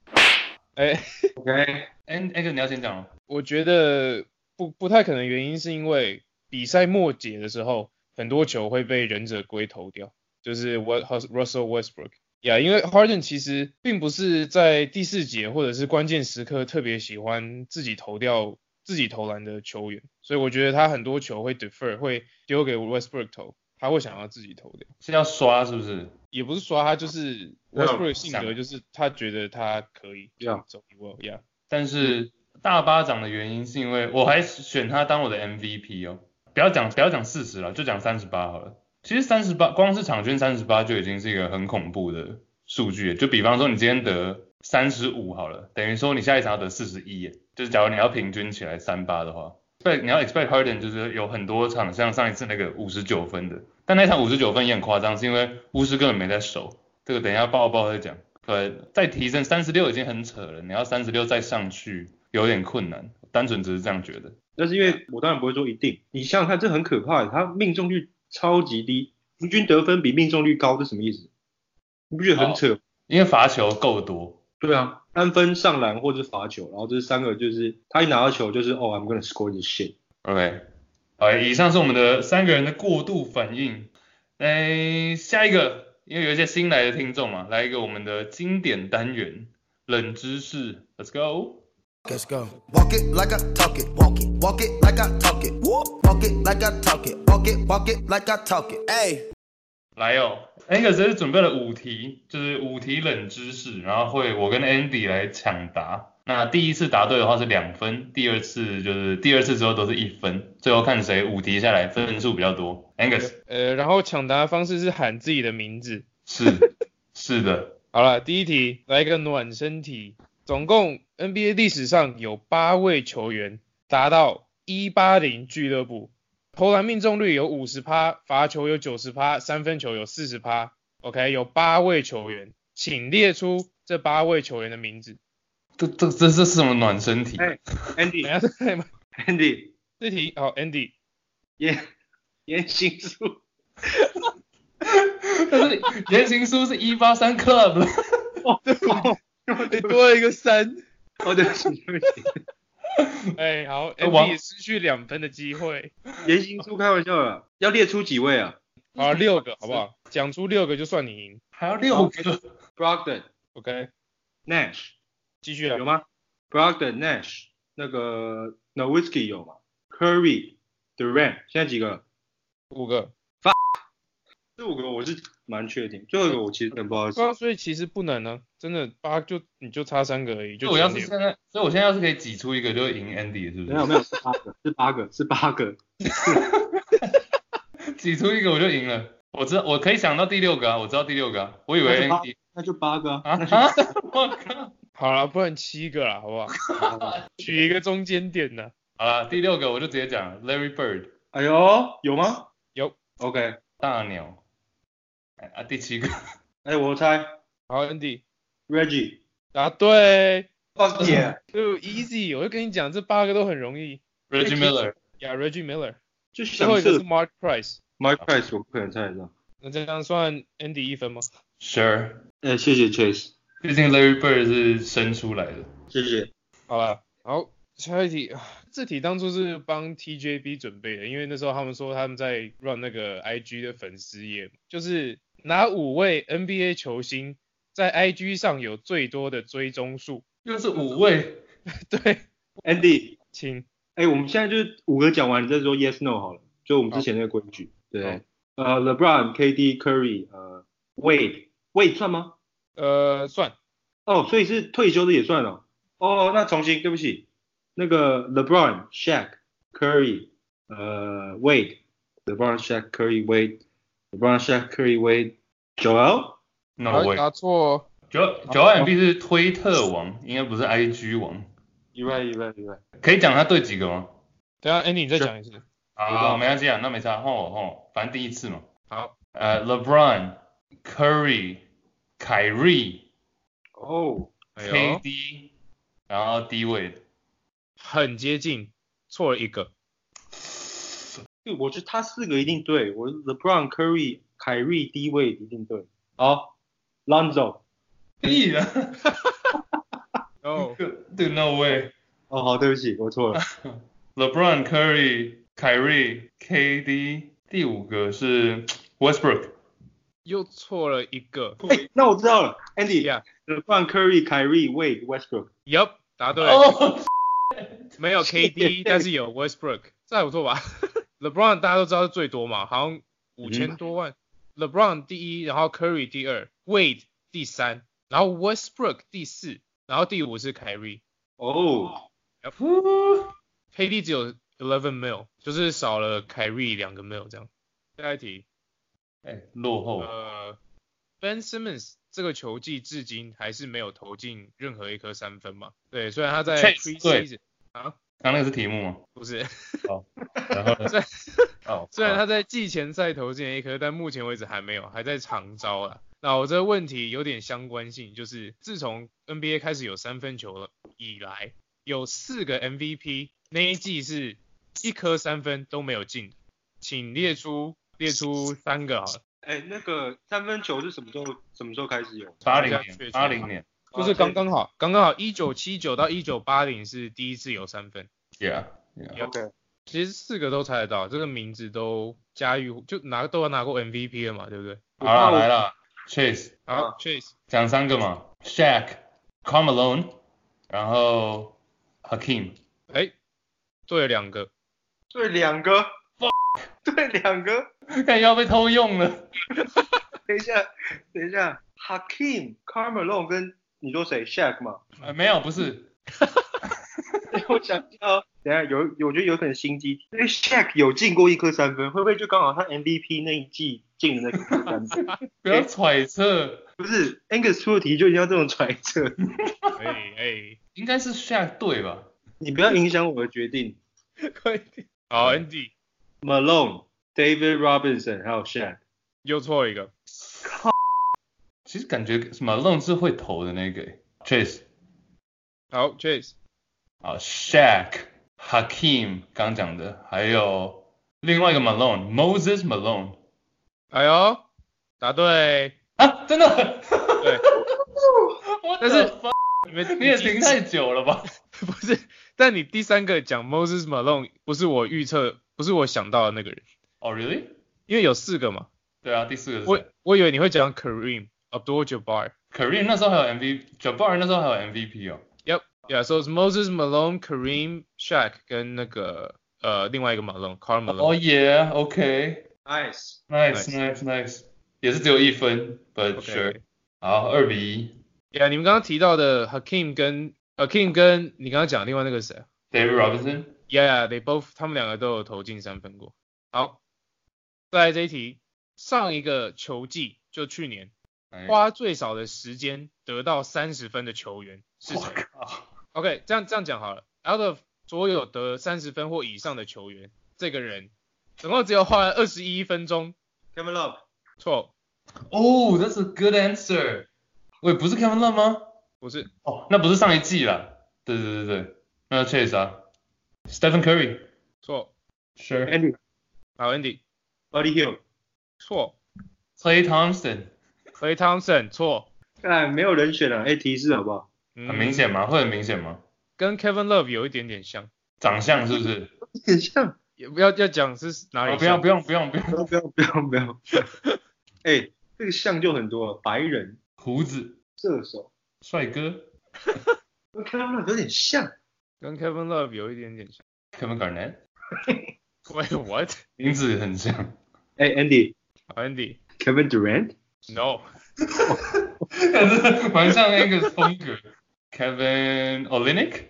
[SPEAKER 5] 哎、
[SPEAKER 2] OK，
[SPEAKER 1] 哎，Angus 你要先讲哦。
[SPEAKER 5] 我觉得不不太可能，原因是因为比赛末节的时候，很多球会被忍者龟投掉，就是 What Russell Westbrook。呀、因为 Harden 其实并不是在第四节或者是关键时刻特别喜欢自己投掉自己投篮的球员，所以我觉得他很多球会 defer，会丢给 Westbrook 投，他会想要自己投掉。
[SPEAKER 1] 是要刷是不是？
[SPEAKER 5] 也不是说他就是
[SPEAKER 1] No,
[SPEAKER 5] Westbrook 的性格，
[SPEAKER 1] 想
[SPEAKER 5] 就是他觉得他可以
[SPEAKER 2] Yeah.
[SPEAKER 5] 走 well yeah。
[SPEAKER 1] 但是大巴掌的原因是因为我还选他当我的 MVP 哦。不要讲不要讲四十了，就讲三十八好了。其实三十八光是场均三十八就已经是一个很恐怖的数据了。就比方说你今天得三十五好了，等于说你下一场要得四十一，就是假如你要平均起来三八的话。对，你要 expect Harden 就是有很多场像上一次那个五十九分的，但那场五十九分也很夸张，是因为巫师根本没在守。这个等一下抱抱再讲。呃，再提升三十六已经很扯了，你要三十六再上去有点困难，单纯只是这样觉得。
[SPEAKER 2] 但是因为我当然不会说一定，你想想看，这很可怕，欸他命中率超级低，平均得分比命中率高，这什么意思？你不觉得很扯？
[SPEAKER 1] 因为罚球够多，
[SPEAKER 2] 对啊，三分上篮或者是罚球，然后这三个就是他一拿到球就是哦、i m gonna score this shit。
[SPEAKER 1] OK，好，以上是我们的三个人的过度反应。哎，下一个，因为有一些新来的听众嘛，来一个我们的经典单元冷知识，Let's go。
[SPEAKER 6] Let's go. Walk it like I talk it. Walk it. Walk it like I talk it. Whoop. Walk it like I talk it. Walk it. Walk it like I talk it. Hey.
[SPEAKER 1] 来哦，Angus 这是准备了五题，就是五题冷知识，然后会我跟 Andy 来抢答。那第一次答对的话是两分，第二次就是第二次之后都是一分，最后看谁五题下来分数比较多。Angus
[SPEAKER 5] 呃，然后抢答的方式是喊自己的名字。
[SPEAKER 1] 是是的，
[SPEAKER 5] 好了，第一题来一个暖身题。总共 NBA 历史上有八位球员达到一八零俱乐部，投篮命中率有五十趴，罚球有九十趴，三分球有四十趴。OK，有八位球员，请列出这八位球员的名字。
[SPEAKER 1] 这这这这是什么暖身题？
[SPEAKER 2] 哎
[SPEAKER 5] 等一下
[SPEAKER 2] Andy，Andy，
[SPEAKER 5] 再来吧这题好，Andy，
[SPEAKER 2] 言言行书，
[SPEAKER 1] 但是言情书是一八三 club 了，
[SPEAKER 5] 你多了一个三。
[SPEAKER 2] 哦对不起对不起，
[SPEAKER 5] 哎，好
[SPEAKER 1] 呃王
[SPEAKER 5] ，Andy 也失去两分的机会。
[SPEAKER 2] 言行书开玩笑啦，要列出几位啊
[SPEAKER 5] 好，六个好不好？讲出六个就算你赢。
[SPEAKER 1] 还要六个。
[SPEAKER 2] ？Brogdon、
[SPEAKER 5] OK，
[SPEAKER 2] Nash
[SPEAKER 5] 继续
[SPEAKER 2] 有
[SPEAKER 5] 了。
[SPEAKER 2] 吗？Brogdon、Nash 那个 Nowitzki 有吗？Curry、Durant 现在几个？
[SPEAKER 5] 五个。
[SPEAKER 2] 这五个我是蛮确定，最后一个我其实很不好意思
[SPEAKER 5] 对。啊，所以其实不难啊，真的八就你就差三个而已，
[SPEAKER 1] 所以
[SPEAKER 5] 就
[SPEAKER 1] 我要是
[SPEAKER 5] 前
[SPEAKER 1] 现
[SPEAKER 5] 六
[SPEAKER 1] 在，所以我现在要是可以挤出一个，就会赢 Andy 是不
[SPEAKER 2] 没有
[SPEAKER 1] 是？
[SPEAKER 2] 没有是八个是八个是八个，
[SPEAKER 1] 挤出一个我就赢了。我知道，我可以想到第六个啊，我知道第六个啊，我以为
[SPEAKER 2] 那就八
[SPEAKER 1] Andy
[SPEAKER 2] 那就八个 啊。
[SPEAKER 1] 啊啊！我靠！
[SPEAKER 5] 好了，不然七个啦，好不好？取一个中间点的。
[SPEAKER 1] 好啦，第六个我就直接讲 Larry Bird
[SPEAKER 2] 哎呦，有吗？
[SPEAKER 5] 有。
[SPEAKER 2] OK，
[SPEAKER 1] 大鸟。哎啊，第七个
[SPEAKER 2] 哎，我猜
[SPEAKER 5] 好，Andy
[SPEAKER 2] Reggie。哦
[SPEAKER 5] 答对，
[SPEAKER 2] Fuck yeah！
[SPEAKER 5] 就 easy，我就跟你讲，这八个都很容易。
[SPEAKER 1] Reggie Miller，
[SPEAKER 5] 呀、r e g g i e Miller，
[SPEAKER 2] 就
[SPEAKER 5] 最
[SPEAKER 2] 想
[SPEAKER 5] 后一个
[SPEAKER 2] 射
[SPEAKER 5] 是 Mark Price，
[SPEAKER 2] Mike Price 我不可能猜得到。
[SPEAKER 5] 那这样算 Andy 一分吗？
[SPEAKER 1] ，Sure，
[SPEAKER 2] 哎，谢谢 Chase，
[SPEAKER 1] 毕竟 Larry Bird 是生出来的。
[SPEAKER 2] 谢谢。
[SPEAKER 5] 好了，好，下一题，啊 这题当初是帮 TJB 准备的，因为那时候他们说他们在 run 那个 IG 的粉丝页嘛，就是哪五位 NBA 球星在 IG 上有最多的追踪数？
[SPEAKER 1] 又是五位，
[SPEAKER 5] 对，
[SPEAKER 2] Andy，
[SPEAKER 5] 请
[SPEAKER 2] 哎，我们现在就五个讲完，你再说 Yes No 好了，就我们之前那个规矩。对。呃，LeBron、KD、Curry，呃，Wade，Wade 算吗？
[SPEAKER 5] 呃算
[SPEAKER 2] 哦，所以是退休的也算哦。哦，那重新，对不起，那个 LeBron、Shaq、Curry、呃 Wade、LeBron、Shaq、Curry、Wade、LeBron、Shaq、Curry、Wade、Joel。
[SPEAKER 1] No way，
[SPEAKER 7] 答
[SPEAKER 5] 哦
[SPEAKER 7] 错，
[SPEAKER 1] 九九 M B 是推特王，应该不是 I G 王。
[SPEAKER 2] 意外，意外，意外。
[SPEAKER 1] 可以讲他对几个吗？
[SPEAKER 5] 等一下 Andy 你再讲一次。
[SPEAKER 1] 啊，没关系啊，那没差，换我换我，反正第一次嘛。
[SPEAKER 5] 好，
[SPEAKER 1] 呃，LeBron、Curry、凯瑞、
[SPEAKER 2] 哦，
[SPEAKER 5] 哎呦，
[SPEAKER 1] KD，然后低位的，
[SPEAKER 5] 很接近，错了一个。
[SPEAKER 2] 对，我觉得他四个一定对，我 LeBron、Curry、凯瑞、低位一定对。好，Lonzo。
[SPEAKER 1] 屁 啊
[SPEAKER 5] 哦，
[SPEAKER 1] ，Do No way。
[SPEAKER 2] 哦，好，对不起，我错了。
[SPEAKER 1] LeBron、Curry、凯瑞、KD，第五个是 Westbrook。
[SPEAKER 5] 又错了一 个。
[SPEAKER 2] 哎， 那我知道了，Andy。
[SPEAKER 5] Yeah，Yup，
[SPEAKER 2] LeBron、Curry、凯瑞、Wade、Westbrook。
[SPEAKER 5] 答对了。
[SPEAKER 1] 哦，
[SPEAKER 5] 没有 KD，但是有 Westbrook，这还不错吧 ？LeBron 大家都知道是最多嘛，好像五千多万。LeBron 第一，然后 Curry 第二，Wade 第三，然后 Westbrook 第四，然后第五是凯瑞。
[SPEAKER 2] 哦，
[SPEAKER 5] KD 只有 eleven mil，就是少了凯瑞两个 mil 这样。下一题，
[SPEAKER 1] 哎，落后。
[SPEAKER 5] 呃，Ben Simmons 这个球季至今还是没有投进任何一颗三分嘛？对，虽然他在
[SPEAKER 1] Chase，对
[SPEAKER 5] preseason 啊，
[SPEAKER 1] 刚那个是题目吗？
[SPEAKER 5] 不是。
[SPEAKER 1] 然后呢
[SPEAKER 5] 虽然？
[SPEAKER 1] 哦，
[SPEAKER 5] 虽然
[SPEAKER 1] 好
[SPEAKER 5] 他在季前赛投进了一颗，但目前为止还没有，还在长招啦。那我这个问题有点相关性，就是自从 NBA 开始有三分球了以来，有四个 MVP 那一季是一颗三分都没有进，请列出列出三个好了，
[SPEAKER 2] 哎，那个三分球是什么时候什么时候开始有？
[SPEAKER 1] 八零年，八零年
[SPEAKER 5] 就是刚刚好，啊刚刚好一九七九到一九八零是第一次有三分，
[SPEAKER 1] ，Yeah Yeah，
[SPEAKER 2] OK，
[SPEAKER 5] 其实四个都猜得到，这个名字都家喻户就拿都要拿过 MVP 了嘛，对不对？
[SPEAKER 1] 好了来了，Chase
[SPEAKER 5] 好，Chase
[SPEAKER 1] 讲三个嘛，Shaq、Carmelo，然后 Hakim，
[SPEAKER 5] 哎，对了两个，
[SPEAKER 2] 对两个，对两个。
[SPEAKER 1] 看要被偷用
[SPEAKER 5] 嗯
[SPEAKER 1] 了。
[SPEAKER 2] 等一下，等一下，Hakim、Carmelo 跟你说谁？Shaq 吗？
[SPEAKER 1] 呃，没有，不是，
[SPEAKER 2] 我想一下哦，等一下有，我觉得有可能心机，因为 Shaq 有进过一颗三分，会不会就刚好他 MVP 那一季进的那颗三分？
[SPEAKER 1] 不要揣测，
[SPEAKER 2] 不是，Angus 出的题就一定要这种揣测，
[SPEAKER 5] 哎哎，
[SPEAKER 1] 应该是 Shaq 对吧？
[SPEAKER 2] 你不要影响我的决定。
[SPEAKER 5] 快点。哎好，Andy
[SPEAKER 1] 嗯
[SPEAKER 2] Malone、David Robinson 还有 Shaq，
[SPEAKER 5] 又错了一个，
[SPEAKER 1] 其实感觉什么 Lone 是会投的那个欸，Chase
[SPEAKER 5] 好，Chase，
[SPEAKER 1] 啊，Shaq、Hakim 刚讲的，还有另外一个 Malone，Moses Malone
[SPEAKER 5] 哎呦，答对，
[SPEAKER 1] 啊，真的，
[SPEAKER 5] 对，
[SPEAKER 1] What
[SPEAKER 5] 但是
[SPEAKER 1] the fuck？
[SPEAKER 5] 你们
[SPEAKER 1] 你也
[SPEAKER 5] 第
[SPEAKER 1] 停太久了吧？
[SPEAKER 5] 不是，但你第三个讲 Moses Malone 不是我预测，不是我想到的那个人，
[SPEAKER 1] 哦、r e a l l y
[SPEAKER 5] 因为有四个嘛，
[SPEAKER 1] 对啊，第四个是
[SPEAKER 5] 我
[SPEAKER 1] 谁
[SPEAKER 5] 我以为你会讲 Kareem Abdul Jabbar。
[SPEAKER 1] Kareem 那时候还有 MVP，Jabbar 那时候还有 MVP 哦。
[SPEAKER 5] Yep, yeah. So it's Moses Malone, Kareem, Shaq 跟那个呃另外一个 Malone, Karl
[SPEAKER 1] 哦
[SPEAKER 5] Malone。
[SPEAKER 1] 耶，OK，nice
[SPEAKER 2] Nice，
[SPEAKER 1] nice nice，也是只有一分，but sure，
[SPEAKER 5] OK。
[SPEAKER 1] 好，二比一
[SPEAKER 5] Yeah，你们刚刚提到的 Hakim 跟 Hakim 跟你刚刚讲的另外那个谁啊？
[SPEAKER 1] ，David Robinson，
[SPEAKER 5] Yeah，they both，他们两个都有投进三分过。好，再来这一题，上一个球季就去年
[SPEAKER 1] 哎
[SPEAKER 5] 花最少的时间得到三十分的球员是
[SPEAKER 1] 我
[SPEAKER 5] 谁
[SPEAKER 1] 靠，
[SPEAKER 5] ？OK，这样这样讲好了，out of 所有得三十分或以上的球员，这个人总共只有花了二十一分钟。
[SPEAKER 2] Kevin Love，
[SPEAKER 5] 错，
[SPEAKER 1] 哦，That's a good answer，喂，不是 Kevin Love 吗？
[SPEAKER 5] 不是，
[SPEAKER 1] 哦，那不是上一季啦，对对对对，那 Chase 啊，Stephen Curry，Sure，
[SPEAKER 5] 错。
[SPEAKER 2] Andy、
[SPEAKER 5] 好，Andy，
[SPEAKER 2] Buddy Hill，
[SPEAKER 5] 错。
[SPEAKER 1] Clay Thompson，
[SPEAKER 5] Clay Thompson 错。
[SPEAKER 2] 看没有人选了、啊，哎，提示好不好？
[SPEAKER 5] 嗯
[SPEAKER 1] 很明，显吗？会很明显吗？
[SPEAKER 5] 跟 Kevin Love 有一点点像，
[SPEAKER 1] 长相是不
[SPEAKER 5] 嗯
[SPEAKER 1] 是？
[SPEAKER 2] 很像。
[SPEAKER 5] 也不要要讲是哪里
[SPEAKER 1] 哦
[SPEAKER 5] 像、
[SPEAKER 1] 不要不用不用不用，
[SPEAKER 2] 不要不要不要不要！ 哎、这个像就很多了，白人
[SPEAKER 1] 胡子，
[SPEAKER 2] 射手
[SPEAKER 1] 帅哥
[SPEAKER 2] 跟 Kevin Love 有点像。
[SPEAKER 5] 跟 Kevin Love 有一点点像。
[SPEAKER 1] ，Kevin Garnett，
[SPEAKER 5] Wait what？
[SPEAKER 1] 名字很像。
[SPEAKER 2] 哎、a n d y
[SPEAKER 5] Andy，
[SPEAKER 2] Kevin Durant，
[SPEAKER 5] No，
[SPEAKER 1] 但是蛮像那个风格。Kevin Olynyk？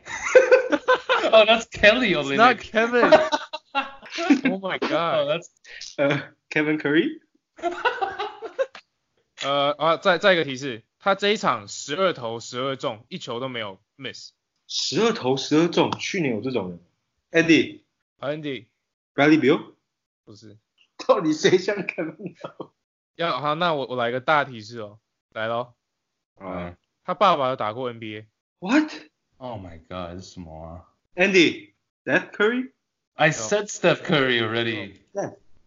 [SPEAKER 1] oh, that's Kelly
[SPEAKER 5] It's not
[SPEAKER 1] Olynyk.
[SPEAKER 5] Kevin. oh my
[SPEAKER 1] Oh,
[SPEAKER 5] god.
[SPEAKER 1] that's
[SPEAKER 2] 呃，Kevin Curry，
[SPEAKER 5] 呃啊，再再一个提示，他这一场十二投十二中，一球都没有 miss。
[SPEAKER 2] 十二投十二中，去年有这种人。Andy
[SPEAKER 5] Andy
[SPEAKER 2] Bradley Beal，
[SPEAKER 5] 不是，
[SPEAKER 2] 到底谁像 Kevin？
[SPEAKER 5] 要好，那我我来个大提示哦，来咯，
[SPEAKER 1] 嗯
[SPEAKER 5] 他爸爸有打过 NBA，
[SPEAKER 2] ，What？Andy
[SPEAKER 1] Oh my god，这是什么啊
[SPEAKER 2] Steph Curry，
[SPEAKER 1] ？I said Steph Curry already.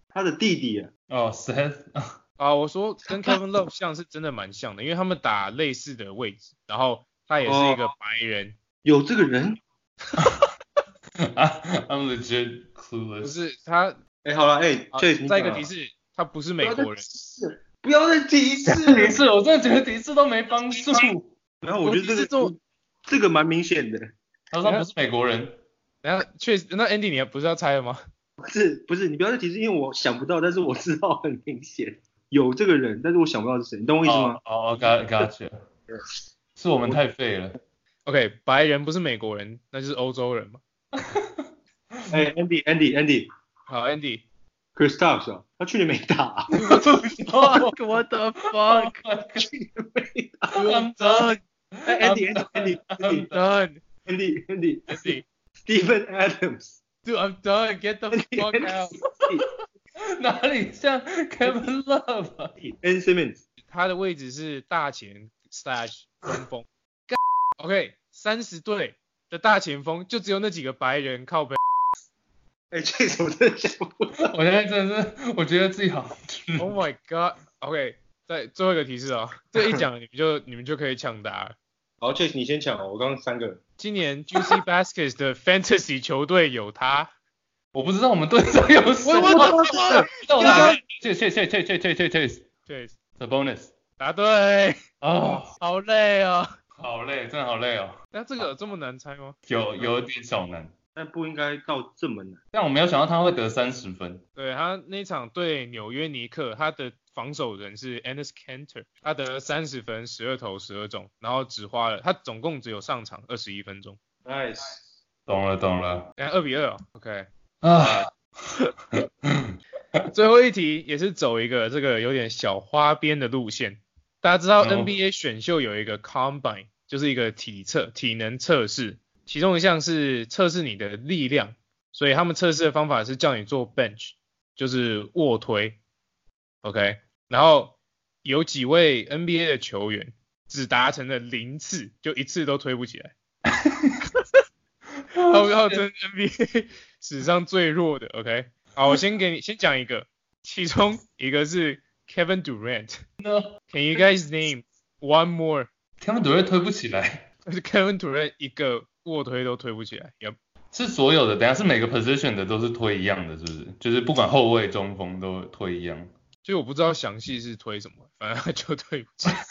[SPEAKER 2] 他的弟弟啊。
[SPEAKER 1] Oh, Steph.
[SPEAKER 5] 啊，我说跟 Kevin Love 像是真的蛮像的，因为他们打类似的位置，然后他也是一个白人，
[SPEAKER 2] 有这个人？
[SPEAKER 1] I'm legit
[SPEAKER 5] 不
[SPEAKER 1] clueless.
[SPEAKER 5] 是他。
[SPEAKER 2] 哎、好了，哎、
[SPEAKER 5] 啊
[SPEAKER 2] 这 Chase，你
[SPEAKER 5] 再一
[SPEAKER 2] 讲啊
[SPEAKER 5] 个提，示，他不是
[SPEAKER 2] 不
[SPEAKER 5] 美
[SPEAKER 2] 要再
[SPEAKER 5] 国 人
[SPEAKER 2] 提。示，不要再提示
[SPEAKER 1] 提示，我真的觉得提示都没帮助。
[SPEAKER 2] 然哦后我觉得这个
[SPEAKER 5] 我提示中
[SPEAKER 2] 这个蛮明显的，
[SPEAKER 1] 他说他不是美国人。
[SPEAKER 5] 然后确实，那 Andy 你不是要猜了吗？
[SPEAKER 2] 不是不是，你不要再提示，因为我想不到，但是我知道很明显有这个人，但是我想不到是谁，你懂我意思吗
[SPEAKER 1] 哦？哦，got gotcha。是我们太废了。
[SPEAKER 5] OK，白人不是美国人，那就是欧洲人嘛。
[SPEAKER 2] 哎、a n d y Andy Andy
[SPEAKER 5] 好，Andy，
[SPEAKER 2] c h r i s t o p h 他去年没打、
[SPEAKER 5] Fuck，what the fuck？
[SPEAKER 2] 去年没打。
[SPEAKER 1] I'm done.
[SPEAKER 2] 哎、a n d y Andy Andy
[SPEAKER 5] Done.
[SPEAKER 2] Andy Andy Andy
[SPEAKER 5] Andy.
[SPEAKER 2] Stephen Adams。
[SPEAKER 5] Dude, I'm done. Get the fuck out.
[SPEAKER 1] 哪里像 Kevin Love？啊
[SPEAKER 2] Ben Simmons，
[SPEAKER 5] 他的位置是大前 slash 中锋。干 OK，三十队的大前锋就只有那几个白人靠北。
[SPEAKER 2] 哎、这首真的想不到。
[SPEAKER 1] 我现在真的是，我觉得自己好吃。
[SPEAKER 5] Oh my god. OK，再最后一个提示哦，这一讲你们就你们就可以抢答了。
[SPEAKER 2] 好，Chase，你先抢哦，我刚刚三个人。
[SPEAKER 5] 今年 GC Baskets 的 Fantasy 球队有他。
[SPEAKER 1] 我不知道我们队长有谁。
[SPEAKER 5] 我我我
[SPEAKER 1] 到哪里？谢谢谢谢谢谢谢谢谢。
[SPEAKER 5] 对，
[SPEAKER 1] The bonus。
[SPEAKER 5] 答对，
[SPEAKER 1] 哦，
[SPEAKER 5] 好累哦。
[SPEAKER 1] 好累，真的好累哦。
[SPEAKER 5] 那这个有这么难猜吗？
[SPEAKER 1] 有有点小难，
[SPEAKER 2] 但不应该到这么难。
[SPEAKER 1] 但我没有想到他会得三十分。
[SPEAKER 5] 对他那场对纽约尼克，他的防守人是 Ennis Cantor，他得三十分、十二投、十二中，然后只花了他总共只有上场二十一分钟，
[SPEAKER 2] Nice，
[SPEAKER 1] 懂了懂了
[SPEAKER 5] 然后二比二、哦。OK，
[SPEAKER 1] 啊，
[SPEAKER 5] 最后一题也是走一个这个有点小花边的路线。大家知道
[SPEAKER 1] 哦
[SPEAKER 5] NBA 选秀有一个 Combine，就是一个体测体能测试，其中一项是测试你的力量，所以他们测试的方法是叫你做 bench，就是卧推。OK，然后有几位 NBA 的球员只达成了零次，就一次都推不起来。 他们号称 NBA 史上最弱的。OK，好，我先给你先讲一个，其中一个是 Kevin Durant。
[SPEAKER 1] No
[SPEAKER 5] Can you guys name one more？
[SPEAKER 1] 他们队队推不起来，
[SPEAKER 5] 就是 Kevin Durant 一个卧推都推不起来。Yep，
[SPEAKER 1] 是所有的，等一下是每个 position 的都是推一样的，是不是？就是不管后卫、中锋都推一样。
[SPEAKER 5] 所以我不知道详细是推什么，反正他就推不起来。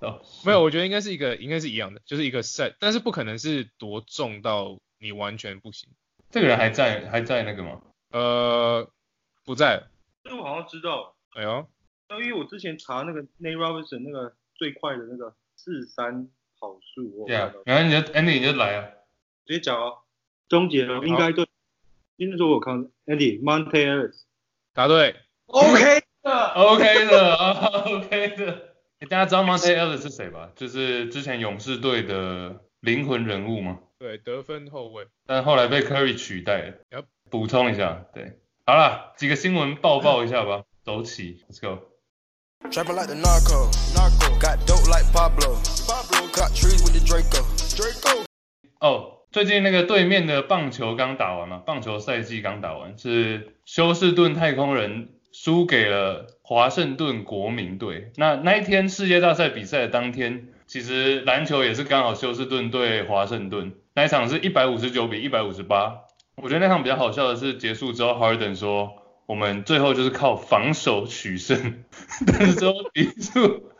[SPEAKER 1] 哦，
[SPEAKER 5] 没有，我觉得应该是一个，应该是一样的，就是一个 set，但是不可能是多重到你完全不行。
[SPEAKER 1] 这个人还在还在那个吗？
[SPEAKER 5] 呃，不在了。
[SPEAKER 2] 这我好像知道，
[SPEAKER 5] 哎呦，
[SPEAKER 2] 因为我之前查那个 Nate Robinson 那个最快的那个四三跑速，我
[SPEAKER 1] 对
[SPEAKER 2] 看
[SPEAKER 1] 啊
[SPEAKER 2] 到，
[SPEAKER 1] 然后你就 Andy 你就来啊。
[SPEAKER 2] 直接讲哦，终结了，应该对，因为说我看 Andy Monte Ellis。
[SPEAKER 5] 答对。
[SPEAKER 2] OK，
[SPEAKER 1] OK 的啊，OK 的。诶大家知道 Monte Ellis 是谁吧？就是之前勇士队的灵魂人物嘛，
[SPEAKER 5] 对，得分后卫。
[SPEAKER 1] 但后来被 Curry 取代了
[SPEAKER 5] Yep。
[SPEAKER 1] 补充一下，对，好啦，几个新闻报报一下吧。走起，Let's go。
[SPEAKER 6] Trapping like the narco. Narco. Got dope like Pablo. Pablo. Cut trees with the Draco. Draco.
[SPEAKER 1] 哦，最近那个对面的棒球刚打完嘛，棒球赛季刚打完，是休斯顿太空人输给了华盛顿国民队。那那一天世界大赛比赛的当天，其实篮球也是刚好休斯顿对华盛顿那一场是一百五十九比一百五十八。我觉得那场比较好笑的是，结束之后 Harden 说。我们最后就是靠防守取胜，但是最后比数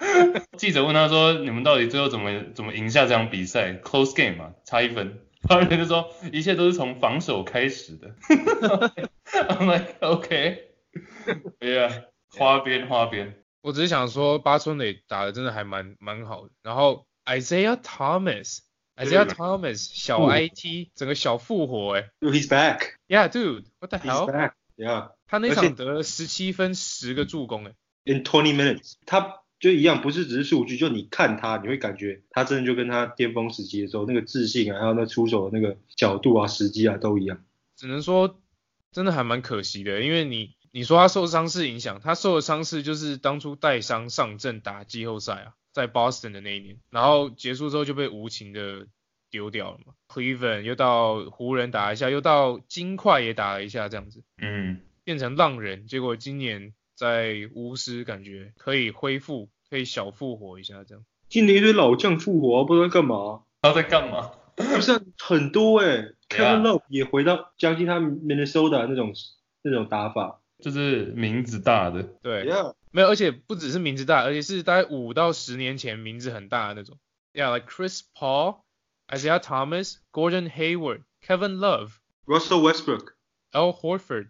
[SPEAKER 1] 记者问他说：“你们到底最后怎么怎么赢下这场比赛？Close game 嘛，差一分。” 他人就说：“一切都是从防守开始的。” I'm like, OK, yeah，花边花边。
[SPEAKER 5] 我只是想说八村垒打的真的还蛮蛮好的，然后 Isaiah Thomas。Isaiah Thomas 小
[SPEAKER 2] 复活
[SPEAKER 5] IT 整个小复活哎、
[SPEAKER 2] He's back.
[SPEAKER 5] Yeah dude what the
[SPEAKER 2] He's
[SPEAKER 5] hell
[SPEAKER 2] back. Yeah.
[SPEAKER 5] 他那
[SPEAKER 2] 而且
[SPEAKER 5] 场得了十七分十个助攻哎、
[SPEAKER 2] In twenty minutes，他就一样，不是只是数据，就你看他，你会感觉他真的就跟他巅峰时期的时候那个自信啊，还有那出手的那个角度啊、时机啊都一样。
[SPEAKER 5] 只能说真的还蛮可惜的，因为你你说他受伤是影响，他受的伤势就是当初带伤上阵打季后赛啊，在 Boston 的那一年，然后结束之后就被无情的丢掉了嘛。Cleveland 又到湖人打一下，又到金块也打了一下，这样子
[SPEAKER 1] 嗯，
[SPEAKER 5] 变成浪人，结果今年在巫师感觉可以恢复，可以小复活一下这样。
[SPEAKER 2] 今年一堆老将复活、啊不知道干嘛，
[SPEAKER 1] 他在干嘛？
[SPEAKER 2] 不是、啊、很多哎、欸。
[SPEAKER 1] 对啊
[SPEAKER 2] Kevin Love 也回到将近他 Minnesota 那种那种打法。
[SPEAKER 1] 就是名字大的，
[SPEAKER 5] 对
[SPEAKER 2] Yeah，
[SPEAKER 5] 没有，而且不只是名字大，而且是大概五到十年前名字很大的那种。Yeah，like Chris Paul、Isaiah Thomas、Gordon Hayward、Kevin Love、
[SPEAKER 2] Russell Westbrook。
[SPEAKER 5] Al Horford，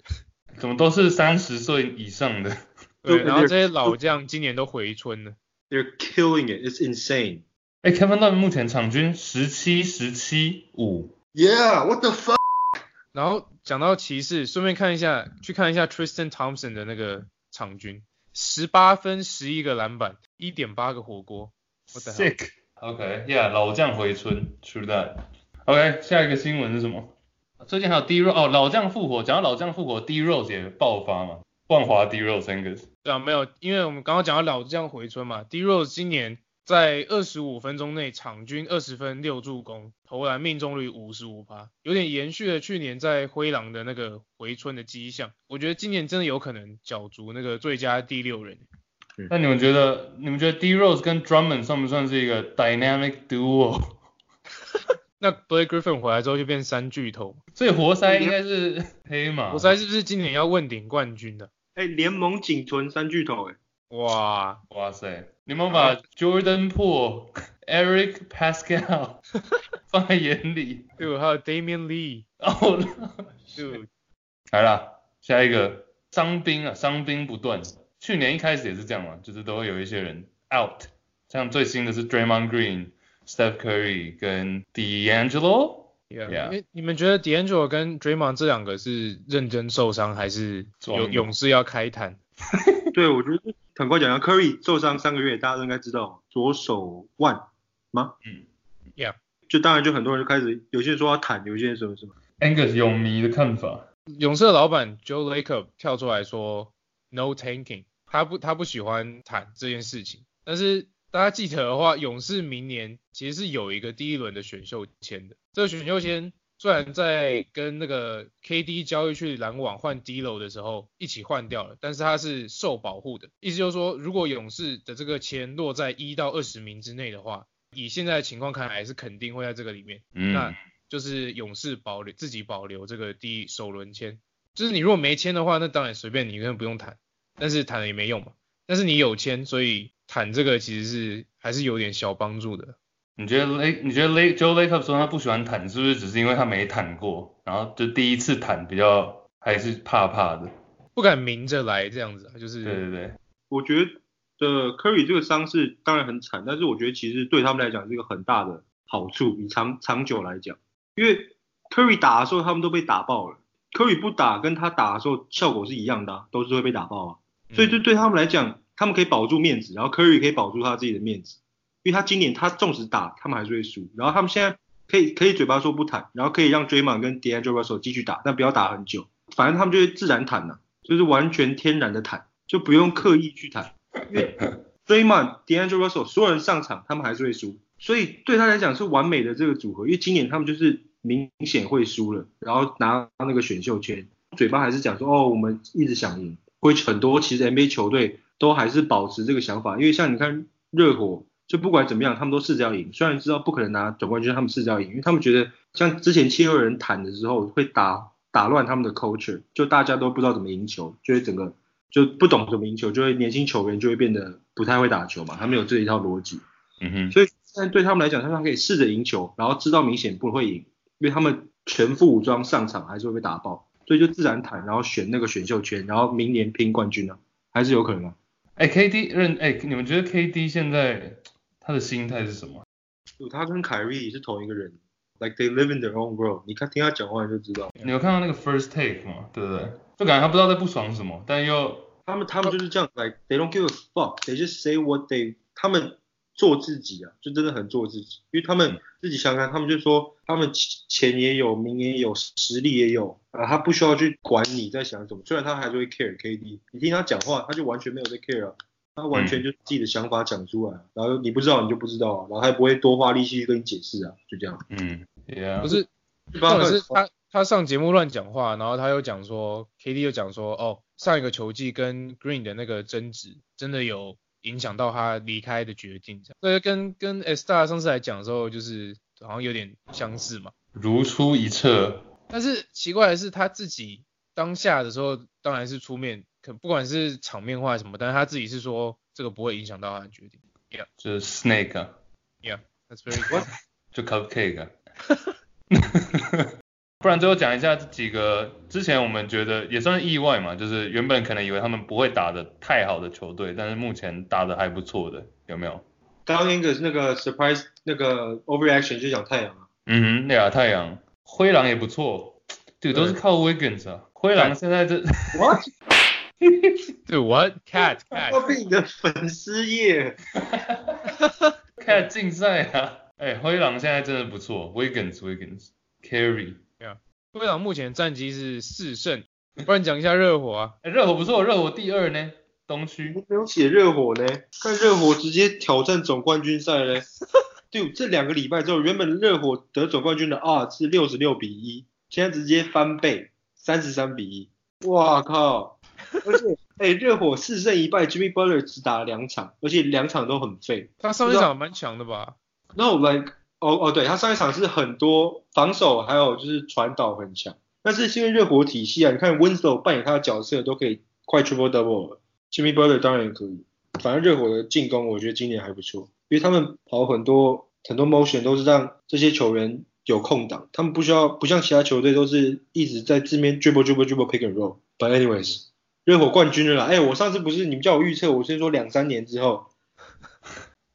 [SPEAKER 1] 怎么都是三十岁以上的？
[SPEAKER 5] 对，
[SPEAKER 2] 对
[SPEAKER 5] 然后这些老将今年都回春了。
[SPEAKER 2] They're killing it. It's insane.
[SPEAKER 1] 哎，Kevin Love 目前场均十七十七五，
[SPEAKER 2] Yeah, what the fuck?
[SPEAKER 5] 然后讲到骑士，顺便看一下，去看一下 Tristan Thompson 的那个场均，十八分、十一个篮板、一点八个火锅。What the hell？
[SPEAKER 1] sick。OK，Yeah，、老将回春，True that。OK，下一个新闻是什么？最近还有 D Rose 哦，老将复活。讲到老将复活，D Rose 也爆发嘛，万华 D Rose 三个字。
[SPEAKER 5] 对啊，没有，因为我们刚刚讲到老将回春嘛，D Rose 今年在二十五分钟内场均二十分六助攻，投篮命中率五十五趴，有点延续了去年在灰狼的那个回春的迹象。我觉得今年真的有可能角逐那个最佳第六人。
[SPEAKER 1] 那你们觉得，你们觉得 D Rose 跟 Drummond 算不算是一个 dynamic duo？
[SPEAKER 5] 那 Blake Griffin 回来之后就变三巨头，
[SPEAKER 1] 所以活塞应该是黑马，
[SPEAKER 5] 活塞是不是今年要问鼎冠军的？
[SPEAKER 2] 哎、联盟仅存三巨头哎、
[SPEAKER 5] 哇，
[SPEAKER 1] 哇塞，你们把 Jordan Po、Eric Pascal 放在眼里，
[SPEAKER 5] 对，还有 Damian Lee，
[SPEAKER 1] 哦，
[SPEAKER 5] 对，
[SPEAKER 1] 来啦，下一个伤兵啊，伤兵不断。去年一开始也是这样嘛，就是都会有一些人 out，像最新的是 Draymond Green、Steph Curry 跟 D'Angelo，Yeah
[SPEAKER 5] Yeah，因为你们觉得 D'Angelo 跟 Draymond 这两个是认真受伤，还是
[SPEAKER 1] 装
[SPEAKER 5] 勇
[SPEAKER 1] 的
[SPEAKER 5] 勇士要开坛？
[SPEAKER 2] 对，我觉得很快讲到 Curry 受伤三个月，大家都应该知道，左手腕吗？
[SPEAKER 1] 嗯
[SPEAKER 5] ，Yeah
[SPEAKER 2] 就当然就很多人就开始，有些人说要坦，有些人什么什么。
[SPEAKER 1] Angus 泳迷的看法，
[SPEAKER 5] 勇士的老板 Joe Lacob 跳出来说 “No tanking”，他不他不喜欢谈这件事情。但是大家记得的话，勇士明年其实是有一个第一轮的选秀签的。这个选秀签虽然在跟那个 KD 交易去篮网换 d l o 的时候一起换掉了，但是它是受保护的，意思就是说，如果勇士的这个签落在一到二十名之内的话，以现在的情况看来是肯定会在这个里面。那
[SPEAKER 1] 嗯，
[SPEAKER 5] 就是勇士保留自己保留这个第一首轮签，就是你如果没签的话，那当然随便你根本不用谈，但是谈了也没用嘛。但是你有签，所以谈这个其实是还是有点小帮助的。
[SPEAKER 1] 你觉得 Lake，你觉得 Lake Joe Lacob 说他不喜欢坦，是不是只是因为他没坦过，然后就第一次坦比较还是怕怕的？
[SPEAKER 5] 不敢明着来这样子啊，就
[SPEAKER 1] 对对
[SPEAKER 5] 是
[SPEAKER 1] 对，
[SPEAKER 2] 我觉得 Curry 这个伤势当然很惨，但是我觉得其实对他们来讲是一个很大的好处，以长长久来讲，因为 Curry 打的时候他们都被打爆了，Curry 不打跟他打的时候效果是一样的啊、都是会被打爆啊。所
[SPEAKER 5] 嗯
[SPEAKER 2] 以这对他们来讲，他们可以保住面子，然后 Curry 可以保住他自己的面子，因为他今年他纵使打，他们还是会输。然后他们现在可以可以嘴巴说不谈，然后可以让 Draymond 跟 D'Angelo Russell 继续打，但不要打很久，反正他们就会自然谈了、啊就是完全天然的谈，就不用刻意去谈，因为 Draymond、D'Angelo Russell 所有人上场，他们还是会输，所以对他来讲是完美的这个组合，因为今年他们就是明显会输了，然后拿到那个选秀权，嘴巴还是讲说哦，我们一直想赢。会很多其实 NBA 球队都还是保持这个想法，因为像你看热火，就不管怎么样，他们都试着要赢。虽然知道不可能拿总冠军，他们试着要赢，因为他们觉得像之前七六人谈的时候会打打乱他们的 culture，就大家都不知道怎么赢球，就会整个就不懂怎么赢球，就会年轻球员就会变得不太会打球嘛，他们有这一套逻辑。
[SPEAKER 1] 嗯哼，
[SPEAKER 2] 所以现在对他们来讲，他们可以试着赢球，然后知道明显不会赢，因为他们全副武装上场还是会被打爆，所以就自然谈，然后选那个选秀权，然后明年拼冠军啊，还是有可能啊。
[SPEAKER 1] 哎，KD 认哎，你们觉得 KD 现在他的心态是什么？
[SPEAKER 2] 就他跟凯瑞是同一个人，like they live in their own world。你看听他讲话你就知道，
[SPEAKER 1] 你有看到那个 first take 吗？对不对？就感觉他不知道在不爽什么，但又
[SPEAKER 2] 他们他们就是这样，like they don't give a fuck，they just say what they，他们做自己啊，就真的很做自己，因为他们自己想想看，他们就说他们钱也有，名也有，实力也有，啊，他不需要去管你在想什么，虽然他还是会 care KD，你听他讲话，他就完全没有在 care 啊。他完全就是自己的想法讲出来，啊然后你不知道你就不知道啊，然后他也不会多花力气去跟你解释啊，就这样。
[SPEAKER 1] 嗯，Yeah，
[SPEAKER 5] 不是，
[SPEAKER 2] 就把
[SPEAKER 5] 重
[SPEAKER 2] 他
[SPEAKER 5] 点是他他上节目乱讲话，然后他又讲说，KD 又讲说，哦，上一个球季跟 Green 的那个争执，真的有影响到他离开的决定，这样。对，跟跟 S 大上次来讲的时候，就是好像有点相似嘛。
[SPEAKER 1] 如出一辙。
[SPEAKER 5] 但是奇怪的是，他自己当下的时候，当然是出面，可不管是场面话什么，但是他自己是说这个不会影响到他的决定。
[SPEAKER 1] 就是 snake 啊，
[SPEAKER 5] That's very good。
[SPEAKER 1] 就 cupcake 啊。 不然最后讲一下这几个之前我们觉得也算是意外嘛，就是原本可能以为他们不会打得太好的球队，但是目前打得还不错的，有没有？
[SPEAKER 2] 刚刚那个那个 surprise 那个 overreaction 就讲太阳啊，
[SPEAKER 1] 嗯哼，对啊，太阳、灰狼也不错，这个都是靠 Wiggins 啊。灰狼现在这
[SPEAKER 2] 哇，
[SPEAKER 5] 对，What cat
[SPEAKER 2] 要
[SPEAKER 5] cat？
[SPEAKER 2] 被你的粉丝耶，
[SPEAKER 1] 开始竞赛啊， 哎，灰狼现在真的不错，Wiggins Wiggins Carry，
[SPEAKER 5] 队长目前战绩是四胜，不然讲一下热火啊。
[SPEAKER 1] 哎，热火不错，热火第二呢，东区
[SPEAKER 2] 哎你没有写热火呢，看热火直接挑战总冠军赛嘞。对，这两个礼拜之后，原本热火得总冠军的 R 是六十六比一，现在直接翻倍，三十三比一。哇靠！而且，哎、热火四胜一败，Jimmy Butler 只打了两场，而且两场都很废。
[SPEAKER 5] 他上一场蛮强的吧？
[SPEAKER 2] No, like 哦哦，对他上一场是很多防守，还有就是传导很强。但是因为热火体系啊，你看 Winslow 扮演他的角色都可以快 triple double 了，Jimmy Butler 当然也可以。反正热火的进攻，我觉得今年还不错，因为他们跑很多很多 motion 都是让这些球员有空档，他们不需要不像其他球队都是一直在字面 dribble dribble dribble pick and roll。But anyways，热火冠军了啦！哎，我上次不是你们叫我预测，我先说两三年之后，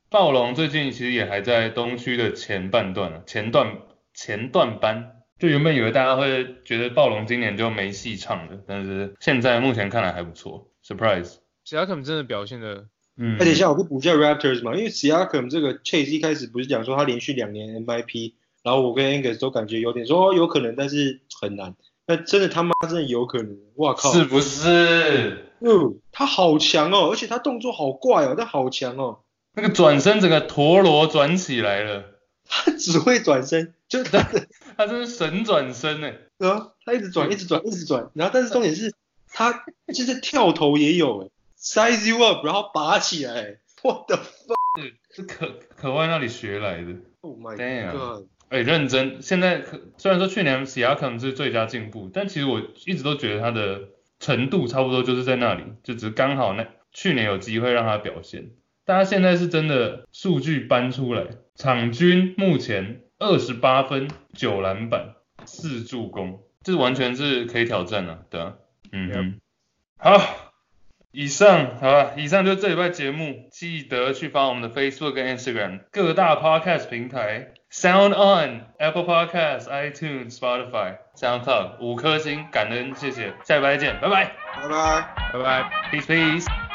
[SPEAKER 1] 暴龙最近其实也还在东区的前半段啊，前段前段班。就原本以为大家会觉得暴龙今年就没戏唱了，但是现在目前看来还不错，surprise。
[SPEAKER 5] 其他可能真的表现的
[SPEAKER 1] 嗯
[SPEAKER 2] 哎，等一下，我可以补一下 Raptors 嘛，因为 Siakam 这个 Chase 一开始不是讲说他连续两年 MIP，然后我跟 Angus 都感觉有点说哦有可能，但是很难。那真的他妈真的有可能，哇靠！
[SPEAKER 1] 是不是？
[SPEAKER 2] 嗯，他好强哦，而且他动作好怪哦，他好强哦，
[SPEAKER 1] 那个转身整个陀螺转起来了，
[SPEAKER 2] 他只会转身，就是他 的
[SPEAKER 1] 他真是神转身哎、
[SPEAKER 2] 啊，他一直转，一直转，一直转，然后但是重点是他就是跳投也有哎，size you up，然后拔起来，what 欸 the
[SPEAKER 1] 是可可外那里学来的。
[SPEAKER 2] oh my
[SPEAKER 1] Damn
[SPEAKER 2] god！
[SPEAKER 1] 哎、认真，现在可虽然说去年 s i a k a m 是最佳进步，但其实我一直都觉得他的程度差不多就是在那里，就只是刚好那去年有机会让他表现，但他现在是真的数据搬出来，场均目前二十八分、九篮板、四助攻，这完全是可以挑战了、对啊，嗯哼，好。以上好吧，以上就是这礼拜节目，记得去发我们的 Facebook 跟 Instagram，各大 Podcast 平台，Sound On、Apple Podcast、iTunes、Spotify、SoundCloud 五颗星，感恩，谢谢，下礼拜见，拜拜
[SPEAKER 2] 拜拜。
[SPEAKER 5] 拜拜。
[SPEAKER 1] ，peace peace。